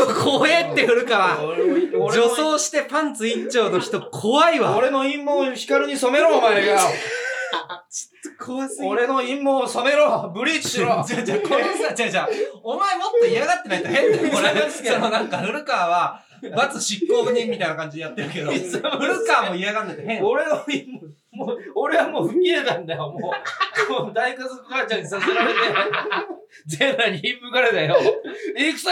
S1: ょっと怖えって古川女装してパンツ一丁の人怖いわ
S2: 俺の陰謀を光に染めろ、お前が。
S1: 怖すぎる
S2: 俺の陰謀を染めろ、ブリーチしろ。
S1: <laughs> じゃあじゃあこれさじゃあじゃあお前もっと嫌がってないと変
S2: <laughs>
S1: だよこれそのなんか古川は罰執行人みたいな感じでやってるけど
S2: <laughs>
S1: 古川も嫌がんないと変
S2: 俺の陰謀、もう、俺はもう不機嫌なんだよ、もう。もう大家族母ちゃんにさせられて、全裸に陰謀からだよ。行くさ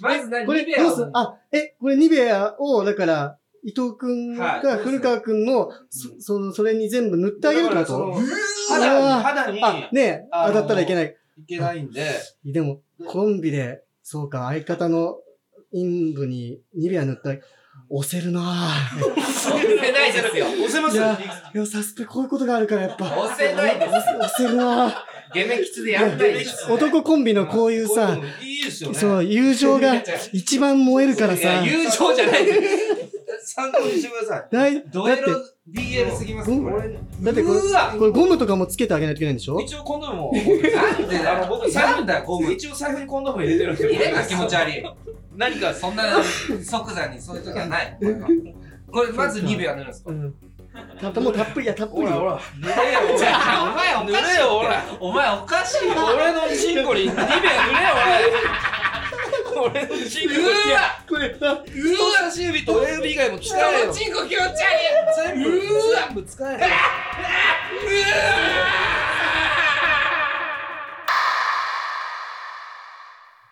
S1: まず何
S5: これ
S1: ニベア
S5: ど
S1: を
S5: うするあ、え、これニベアを、だから、伊藤くん
S2: は
S5: が
S2: い
S5: 古川くんの、そその、それに全部塗ってあげるって
S2: だ
S5: こ
S2: からその
S5: と
S2: 肌に、肌に
S5: あ、ねえ、
S2: あの
S5: 当たったらいけない。
S2: いけないんで、
S5: でも、コンビで、そうか、相方の陰部にニベア塗ったら、押せるなぁ。
S1: 押せないですよ
S2: 押せます
S5: いや、いや、サスペこういうことがあるから、やっぱ。
S1: 押せないです
S5: 押せ押せるなぁ。
S1: ゲメキツでやんないでしょ
S5: 男コンビのこういう
S2: こう
S5: さ
S2: いう、のいいですよね。
S5: そう、友情が一番燃えるから
S1: いや
S5: さ。
S1: 友情じゃないです
S2: 参考にしてください。
S5: ない
S1: ド
S5: だっ
S1: エ
S5: て、
S1: ロ BL すぎます
S5: う
S1: よ
S5: ん
S1: これ
S5: だってこれ
S1: うわ
S5: これゴムとかもつけてあげないといけないんでしょ
S2: 一応コンドームも、なんでだあの僕、なんだゴム。一応財布にコンドーム入れてるんですよ。
S1: 入れんな気持ち悪い
S2: 何か
S1: そんな即座にそういう時はないこれはこれまずニベア塗るんですか
S5: うん。たもうたっぷりやたっぷりよ。
S2: ら。塗れよ、ほ
S1: じ
S2: ら。
S1: ゃあお前お
S2: 塗
S1: かしい
S2: れよ、ほら。
S1: お前おかしいよ
S2: 俺のチンコにニベア塗れよ、ほら。俺のチンコに。
S1: うわ
S5: これは
S2: 人差し指と親指以外も使え
S1: 人
S2: よ
S1: の。チンコ気持ち悪い
S2: 全部、全部使えよ。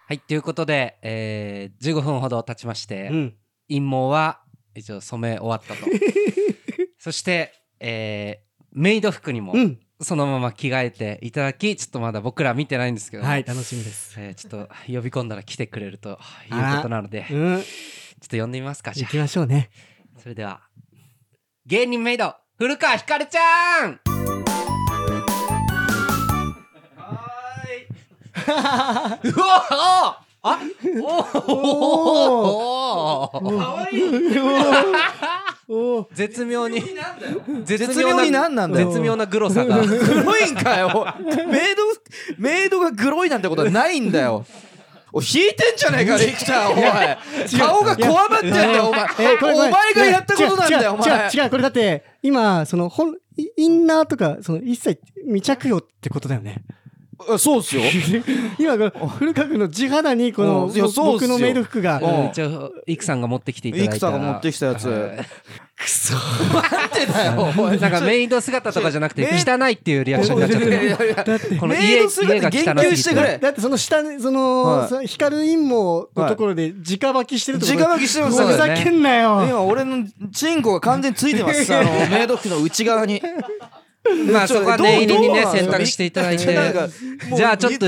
S1: はいということで、えー、15分ほど経ちまして、
S3: うん。
S1: 陰謀は一応染め終わっ
S3: <laughs>
S1: たとそして、えー、メイド服にも
S3: うん。
S1: そのまま着替えていただきちょっとまだ僕ら見てないんですけども、
S3: はい、楽しみです。
S1: えーちょっと呼び込んだら来てくれるという
S3: あ
S1: ことなのでち
S3: う
S1: ょっ
S3: ん。
S1: と呼んでみますかじゃ
S3: 行
S1: あ
S3: きましょうね。
S1: それでは芸人メイド古川ひかるちゃんは <laughs> ーいうわおあおおお
S2: 可愛い。
S3: おお。
S1: 絶妙に
S2: なんだよ。
S1: 絶
S2: 妙に何なんだ
S3: よ
S1: 絶妙なグロさが
S2: 黒いんかよ。メイド、メイドが黒いなんてことはないんだよ。お引いてんじゃねえか、レクター、お前。顔がこわばってんだよ、お前。
S3: えーこれこれ
S2: お前がやったことなんだよ、お
S3: 違う違
S2: 前
S3: う。違う違うこれだって今その本イインナーとかその一切未着用ってことだよね。
S2: あそうっすよ。
S3: <laughs> 今この古川君の地肌にこの
S2: うんいやそうっす
S3: 僕
S2: よ
S3: のメイド服が
S2: うん
S1: うん一応イクさんが持ってきていただいた
S2: イクさんが持ってきたやつ
S1: はい
S3: くそ
S2: なんでだよ、お前。
S1: なんかメイド姿とかじゃなくて
S2: メイ
S1: 汚いっていうリアクションになっちゃってる
S3: だって
S1: この
S2: メイ
S1: 家
S2: ド姿
S1: 家が汚
S2: 言
S1: すぎ
S2: 及してくれ
S3: だってその下にその、
S2: はい
S3: その光る陰謀のところで直履きしてるとこ
S2: 直
S3: ろ、
S2: 書きしてます
S1: そう
S3: ふ
S1: だ
S2: よ。
S1: ね
S3: ざけんなよ。
S2: 今俺のチンコが完全につい
S1: <laughs>
S2: てます。あの、メイド服の内側に。
S1: まあそこは念入りにね
S2: どうどう
S1: 選択していただいて
S2: なんかもう
S1: じゃあちょっと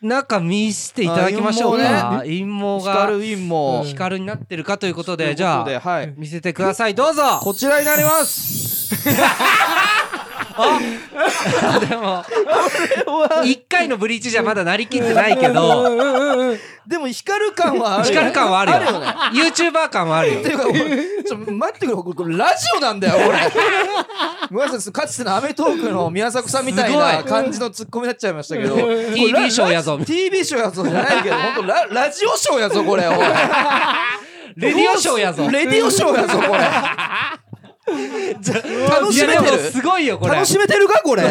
S1: 中見していただきましょうか
S2: あ
S1: 陰謀
S2: 光
S1: が
S2: るインも。
S1: 光るになってるかということ
S2: ということ
S1: でじゃあ
S2: はい。
S1: 見せてくださいどうぞ
S2: こちらになります。
S1: あでも一回のブリーチじゃまだなりきってないけど
S2: でも光る感はあるよ
S1: 光る感はあるよ
S2: ね
S1: ユーチューバー感はあるよ
S2: っていうかお前ちょ待ってくれこれこれラジオなんだよ俺ごめんなさいかつての『アメトーク』の宮迫さんみたいな
S1: すごい
S2: 感じのツッコミになっちゃいましたけど
S1: TV ショーやぞ
S2: TV ショーやぞじゃないけど本当ララジオショーやぞこれおい
S1: レディオショーやぞ
S2: レディオショーやぞこれ楽
S1: い
S2: し
S1: や
S2: め
S1: でも
S2: てる
S1: すごいよこれ
S2: 楽しめてるかこれ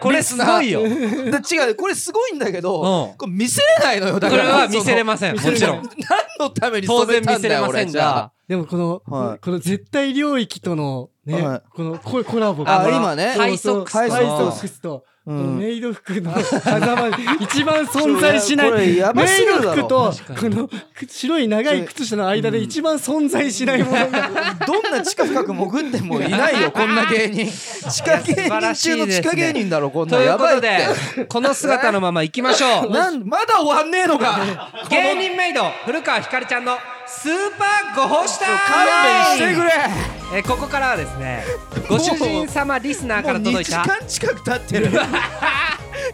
S1: これすごいよ
S2: で違うこれすごいんだけど、
S1: うん
S2: これ見せれないのよだ
S1: こ
S2: か
S1: れ
S2: ら
S1: は見せれませんも
S2: その
S1: ちろん
S2: 何のために
S1: 当然
S2: 染めた
S1: 見
S2: ん
S1: せ
S2: だ
S1: れま
S2: よ
S1: せ
S2: 俺
S1: ん
S2: じゃあ
S1: が
S3: でもこの、
S2: はい
S3: この絶対領域とのね、
S2: はい
S3: このこコラボ
S2: あ
S3: が
S2: 今ね
S3: そうそう
S1: ハイソックス
S2: ハイ
S3: ハイソ
S2: ソ
S3: ックスと、
S2: う
S3: この
S2: ん
S3: メイド服の狭間
S2: <laughs>
S3: 一番存在しな
S2: こ
S3: い
S2: れやば
S3: メ
S2: す
S3: イ
S2: ぎる
S3: ド
S2: だ
S3: 服
S2: ろ
S3: とこの白い長い靴下の間で一番存在しないも
S2: <laughs>
S3: のが
S2: どんな地下深く潜ってもいな
S1: <laughs>
S2: いよこんな芸人地下芸人中の地下芸人だろこんな
S1: という
S2: や
S1: こ
S2: ばい
S1: と
S2: って
S1: でこの姿のままいきましょう
S2: <laughs> なんまだ終わんねえのか
S1: 芸人メイド古川ひかるちゃんのスーパーご奉仕隊
S2: 勘弁してくれ
S1: えーここからはですねご主人様リスナーから
S2: もう
S1: 届
S2: 2
S1: い
S2: 時
S1: た
S2: 間近く経っ
S1: <laughs>
S2: てる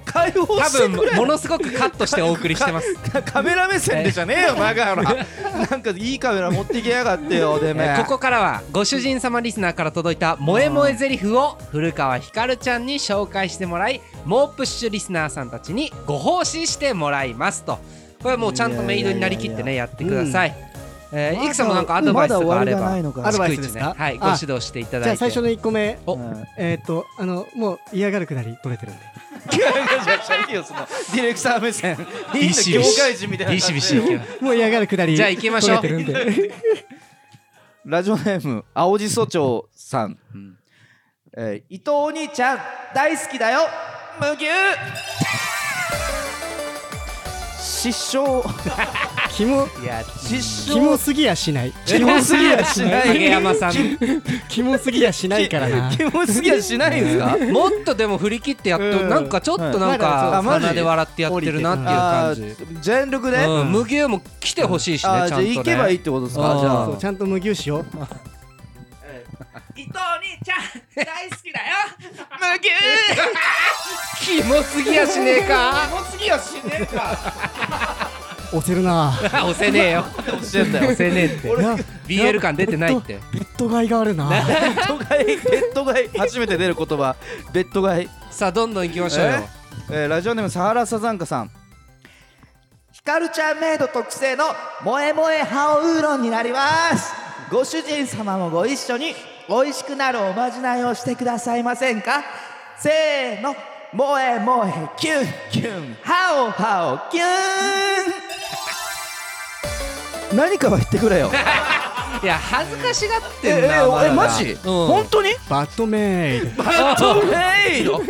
S2: 解放
S1: 多
S2: してくれ
S1: 分ものすごくカットしてお送りしてます
S2: かカメラ目線でじゃねえよバカ野郎なんかいいカメラ持ってきやがってよでめ
S1: えーここからはご主人様リスナーから届いた萌え萌えゼリフを古川ひかるちゃんに紹介してもらい猛プッシュリスナーさんたちにご奉仕してもらいますとこれはもうちゃんとメイドになりきってねやってください、えーいくさんもなんかアドバイスとかあれば、
S2: のか
S3: アドバイス
S1: 逐一
S3: ですか
S1: ねはい、
S3: あ
S1: ご指導していただいて
S3: じゃあ最初の1個目
S1: お
S2: <laughs>
S3: えっ、とあのもう嫌がるくなり取れてるんで
S2: いやいやいやいいよそのディレクター目線いいんだ
S1: ビシ
S2: 業
S1: ビシ
S2: 界人みたいな感
S1: ビ
S2: じ
S1: シ
S2: で
S1: ビシいけない
S3: もう嫌がるくだり
S1: じゃあ行きましょう
S3: 取れてるんで
S2: ラジオネーム青じそ町さん、えー伊藤お兄ちゃん大好きだよ無牛
S1: <laughs>
S2: 失笑
S3: キモ
S1: いや
S2: 失
S3: キモすぎやしない
S2: キモすぎやしない
S1: 影山さん
S3: <laughs> キモすぎやしないからな
S2: キモすぎやしないんですか
S1: もっとでも振り切ってやって、
S2: うん
S1: なんかちょっとなん
S2: はい
S1: か
S2: あマジ
S1: 鼻で笑ってやってるなっていう
S2: あ
S1: 感
S2: ー
S1: じ。
S2: 全力で、
S1: うん、無牛も来てほしいしね、
S2: あー
S1: ち
S2: じ
S1: ゃ
S2: ゃ
S1: んと、
S2: あ
S1: ね。
S2: 行けばいい
S1: い。
S2: ってことですか
S1: あー
S2: じゃ
S3: そうちゃんと無牛しよう
S1: 伊藤兄ちゃん、大好きだよ。無牛。キモすぎやしねえか。
S2: あすぎやしねえか
S3: 押せるな
S1: 押せねえよ。
S2: 教えんだよ
S1: 押せねえって。
S3: な
S1: BL 感出てないって。
S3: ベッド買いがあるな
S2: ベッド買いベッ
S1: <laughs>
S2: ド買い初めて出る言葉ベッド買い
S1: さあ、どんどん行きましょうよ。
S2: えーラジオネームサハラサザンカさんひかるちゃんメイド特製の萌え萌えハオウーロンになりますご主人様もご一緒に美味しくなるおまじないをしてくださいませんかせーの萌え萌えキュンキュンハオハオキュン何かは言ってくれよ
S1: いや、恥ずかしがっ
S2: え
S1: てんな。まだなうん。
S2: 本当に
S3: バッドメイド
S2: バッドメイド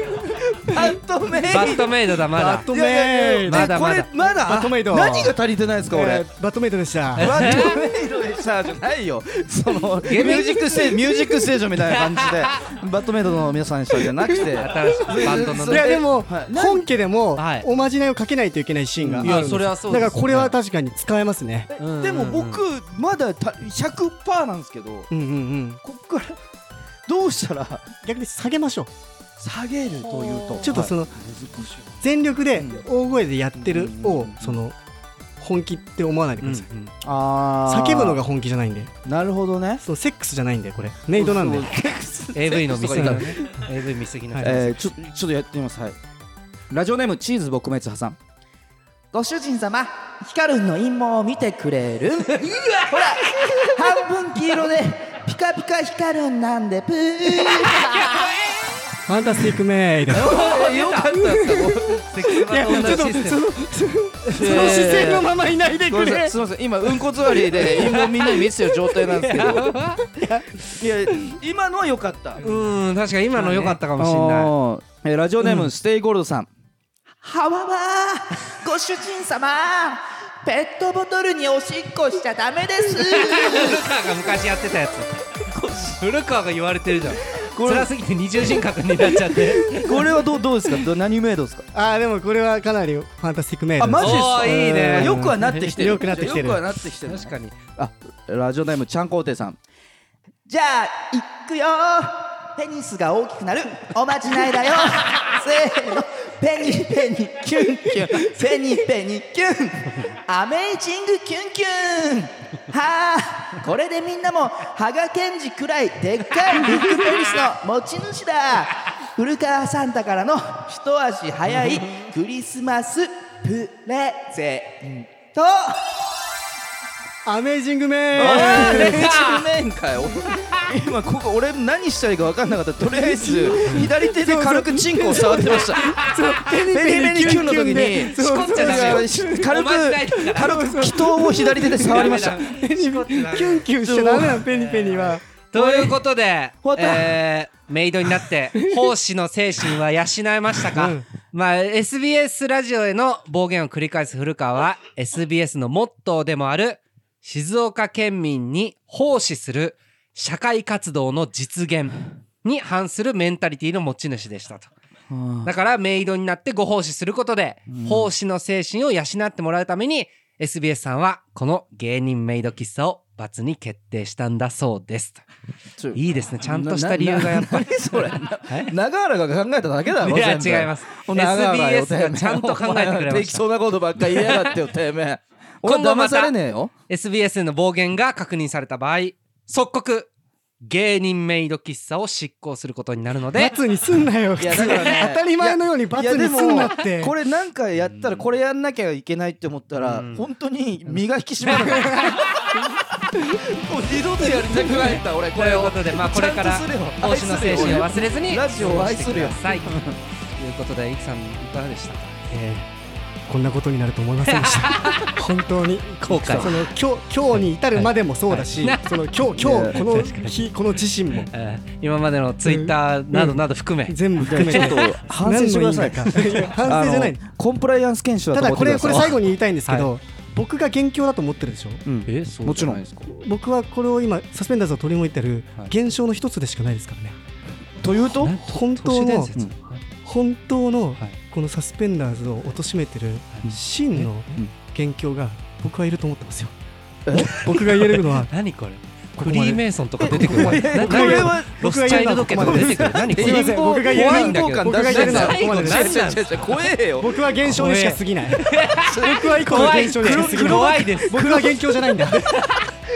S2: バッドメイ
S1: <laughs> バッドメイドだ、まだ
S3: バッ。ド
S2: いやいやい
S3: メ
S2: や
S3: イド
S1: まだまだ
S2: えこれまだ
S3: バッドメイド
S2: 何が足りてないですか
S3: え
S2: 俺
S3: ーバッドメイドでした
S2: バッドメイドでしたじゃないよそのミュージックステージミュージックステージみたいな感じ
S1: <laughs>
S2: でバッドメイドの皆さんでしたじゃなくて
S1: 新しいバンドの
S2: <laughs> そ
S3: い
S1: ね
S2: れ。
S3: やでも
S2: はい
S3: 本家でも
S1: はい
S3: おまじないをかけないといけないシーンがあるん
S1: いやそれはそうで
S3: だ
S1: す
S3: からこれは確かに使えますね
S1: うん
S2: でも僕まだた100%なんですけど
S3: うんうんうん
S2: こっからどうしたら
S3: 逆に下げましょう
S2: 下げるというと
S3: ちょっとそ
S2: の
S3: の全力で
S2: うん
S3: 大声でやって
S2: う
S3: る
S2: んうん
S3: を
S2: うん
S3: その本気って思わないでください
S2: あー
S3: 叫ぶのが本気じゃないんで
S2: なるほどね
S3: そのセックスじゃないんでこれメイドなんで
S2: そうそう
S1: AV の見過ぎ
S2: セッ
S1: な
S2: クスとか言ったら
S1: ね AV 見過ぎな
S2: えー、ちょちょっとやってみますはいラジオネームチーズ撲滅破産
S6: ご主人様ヒカルンの陰謀を見てくれるほら半分黄色でピカピカヒカルンなんでプー
S3: ファンタスティックメイドい
S2: よかったですか
S1: セックスバ
S3: や
S1: ト
S3: ちょっと
S1: 同
S3: そ
S1: じ
S3: の
S1: システム
S3: そのその視線のままいないで
S2: ご
S3: く
S2: めんなさ
S3: れ
S2: いすみません今うんこ座りで陰謀みんなに見せてる状態なんですけどいや今のは良かった
S1: うん確かに今の良かったかもしれない
S2: あーえーラジオネームステイゴールドさん
S6: はわわご主人様ペットボトルにおしっこしちゃダメです
S1: 古川が昔やってたやつ古川が言われてるじゃん辛すぎて二重人格になっちゃって
S2: これはどうどうですかど何メイドですか
S3: あーでもこれはかなりファンタスティックメイド
S2: あマジです
S1: お
S2: か
S1: ーいいね
S2: よくはなってきてる
S3: よくなってきてる
S2: よくはなってきてる
S1: 確かに
S2: あラジオネームちゃんこうていさん
S6: じゃあいっくよペニスが大きくなるおまじないだよせーのペニペニキュンキュンペニペニキュンアメイジングキュンキュンはあこれでみんなも羽賀健二くらいでっかいビッグペニスの持ち主だ古川サンタからの一足早いクリスマスプレゼント
S3: アメージングメ
S2: お
S3: ン
S2: い
S3: <laughs>
S2: レジ面かよ今ここ俺何したらいいか分かんなかったとりあえ <laughs> ず左手で軽くチンコを触ってましたペニペニキュンの時に
S3: そうそ
S1: し
S3: う
S1: こっちゃダメよ
S2: 軽
S1: お前大丈夫
S2: く
S1: だ
S2: 軽く祈祷を左手で触りました
S3: ペニキュンキュンしちゃダメなのペニペニは
S1: ということで
S6: 終わっ、た
S1: えー、メイドになって奉仕の精神は養えましたか、まあ、SBS ラジオへの暴言を繰り返す古川は SBS のモットーでもある静岡県民に奉仕する社会活動の実現に反するメンタリティの持ち主でしたと。だからメイドになってご奉仕することで、奉仕の精神を養ってもらうために SBS さんはこの芸人メイド喫茶を罰に決定したんだそうですと
S2: ちょ
S1: いいですねちゃんとした理由がやっぱり
S2: 何それ
S1: え
S2: 長原が考えただけだろ
S1: いや
S2: 全部
S1: 違います
S2: お長原よ
S1: SBS がちゃんと考えてくれました
S2: お前は適当なことばっかり言いやがってよてめえ俺
S1: 今度
S2: 騙
S1: また
S2: されねえよ
S1: SBS の暴言が確認された場合即刻芸人メイド喫茶を執行することになるので
S3: 罰にすんなよ普
S2: い
S3: 通
S2: やだからね
S3: <laughs> 当たり前のように罰にすんなっ
S2: いや
S3: て
S2: でもこれなんかやったらこれやんなきゃいけないって思ったら
S1: うん
S2: 本当に身が引き締 <laughs> まるもう二度とやりたくないんだ俺
S1: と
S2: こ
S1: い
S2: れ
S1: う
S2: を
S1: ことで、まあ、これから
S2: ちゃんとするよ
S1: 奉仕の精神を忘れずに
S2: ラジオを愛するよ
S1: 過ごしてくださいということでいくさんいかがでしたか
S3: えーこんなことになると思いませんでした
S2: <laughs>
S3: 本当に
S1: 後悔
S3: その今日今日に至るまでもそうだし、
S1: はい
S3: その今日今日この日この自身も
S1: えー今までのツイッターなどなど含め、
S3: 全部含め
S2: ちょってと反省してください
S3: 何の意味かいや反省じゃない
S2: あのコンプライアンス研修だと
S3: ただ
S2: 思っ
S3: こ
S2: てく
S3: れ
S2: だ
S3: これ
S2: さい
S3: 最後に言いたいんですけど、僕が元凶だと思ってるでしょ
S2: うん
S1: えそう
S2: もちろん
S3: 僕はこれを今サスペンダーズを取り除いてる
S2: はい
S3: 現象の一つでしかないですからね
S2: というと
S1: なん
S3: 本
S1: 都市
S3: 当
S1: 伝
S3: の
S1: 説、
S2: うん
S3: 本当の
S1: はい
S3: このサスペンダーズを貶めてる
S1: い
S3: 真の
S2: うん
S3: 元凶が僕はいると思ってますよ
S2: え
S3: 僕が言えるのは <laughs>
S1: 何これ
S3: こ
S1: フ
S3: まで
S1: リーメイソンとか出てくる
S2: いやいや
S1: 何
S2: これは
S1: ロスチャイルド家とか出てくる何こ
S3: すいませ
S1: れ
S3: ん僕が言える
S2: 怖いんだけど
S3: 僕が言えるのはここまでで
S1: 怖いんだけ
S3: す
S1: ど
S2: 違う違う違う怖えよ
S3: 僕は現象にしか過ぎない <laughs> 僕は以降の
S1: 怖い
S3: 現象にしか過ぎない
S1: 怖いです
S3: 僕は元凶じゃないんだ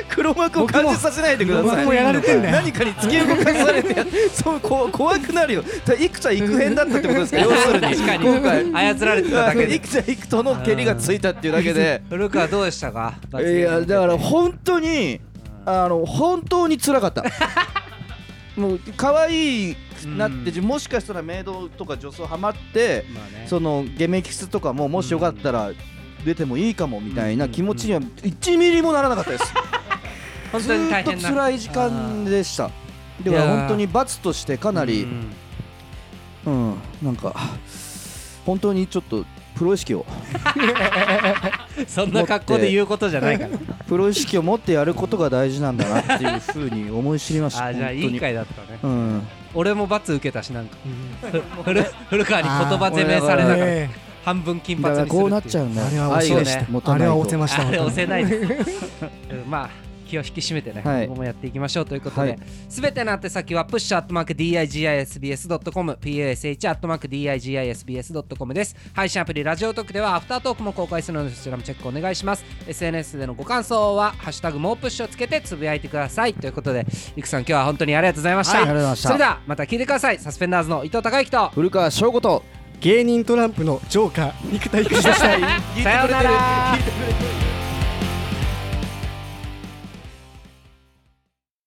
S2: 黒幕を感じさせないでください
S3: 僕もやられてんだよ
S2: 何かに突き動かされて <laughs> そうこう怖くなるよだいくちゃん行く変だったってことですか要するに
S1: 確かに
S2: 今回
S1: 操られてただけ
S2: い
S1: で
S2: くちゃん行くとの蹴りがついたっていうだけで
S1: 古川どうでしたか
S2: いやだから本当にあの本当に辛
S1: <laughs>
S2: かったもう可愛いなってもしかしたらメイドとか女装ハマって
S1: まあね
S2: そのゲメキスとかももしよかったら出てもいいかもみたいな気持ちには1ミリもならなかったです
S1: <laughs> 本
S2: ず
S1: 当に
S2: ー
S1: 大
S2: っと
S1: 変な
S2: 辛い時間でしたで
S1: いや
S2: は
S1: ー
S2: 本当に罰としてかなり
S1: うん
S2: うんなんか本当にちょっとプロ意識を
S1: そんな格好で言うことじゃないから
S2: プロ意識を持ってやることが大事なんだなっていうふうに思い知りまし
S1: <laughs>
S2: た
S1: あじゃあい
S2: 本当
S1: い
S2: に
S1: 回だったね
S2: うん
S1: 俺も罰受けたしなんか <laughs> 古古川に言葉攻めされながら
S3: え
S1: 半分金
S2: だ
S1: 髪に
S2: か
S1: する
S2: ら
S1: ってい
S2: こうなっちゃうんだ
S3: えあれは
S2: よ
S3: 押
S2: 愛
S3: せ
S2: を
S3: で
S1: 愛
S3: し
S1: をね
S2: 持
S3: た
S2: た
S3: あ
S2: な
S3: れ
S2: い
S3: は
S2: と
S3: 押せました
S1: あれ押せ
S3: い
S1: ないです
S2: <laughs>
S1: うんまあ気を引き締めてね、
S2: はい
S1: 今後もやっていきましょうということ
S2: は
S1: で
S2: い
S1: すべ、ての宛先は push.digisbs.com pash.digisbs.com です配信アプリラジオトークではアフタートークも公開するのでそちらもチェックお願いします SNS でのご感想は「ハッシュタグもうプッシュ」をつけてつぶやいてくださいということでいくさん今日は本当にありがとうございました、
S2: はいありがとうございました
S1: それではまた聞いてくださいサスペンダーズの伊藤孝之と
S2: 古川翔吾と
S3: 芸人トランプのジョーカー生田育志でした
S1: さようなら
S2: 聞いてくれてる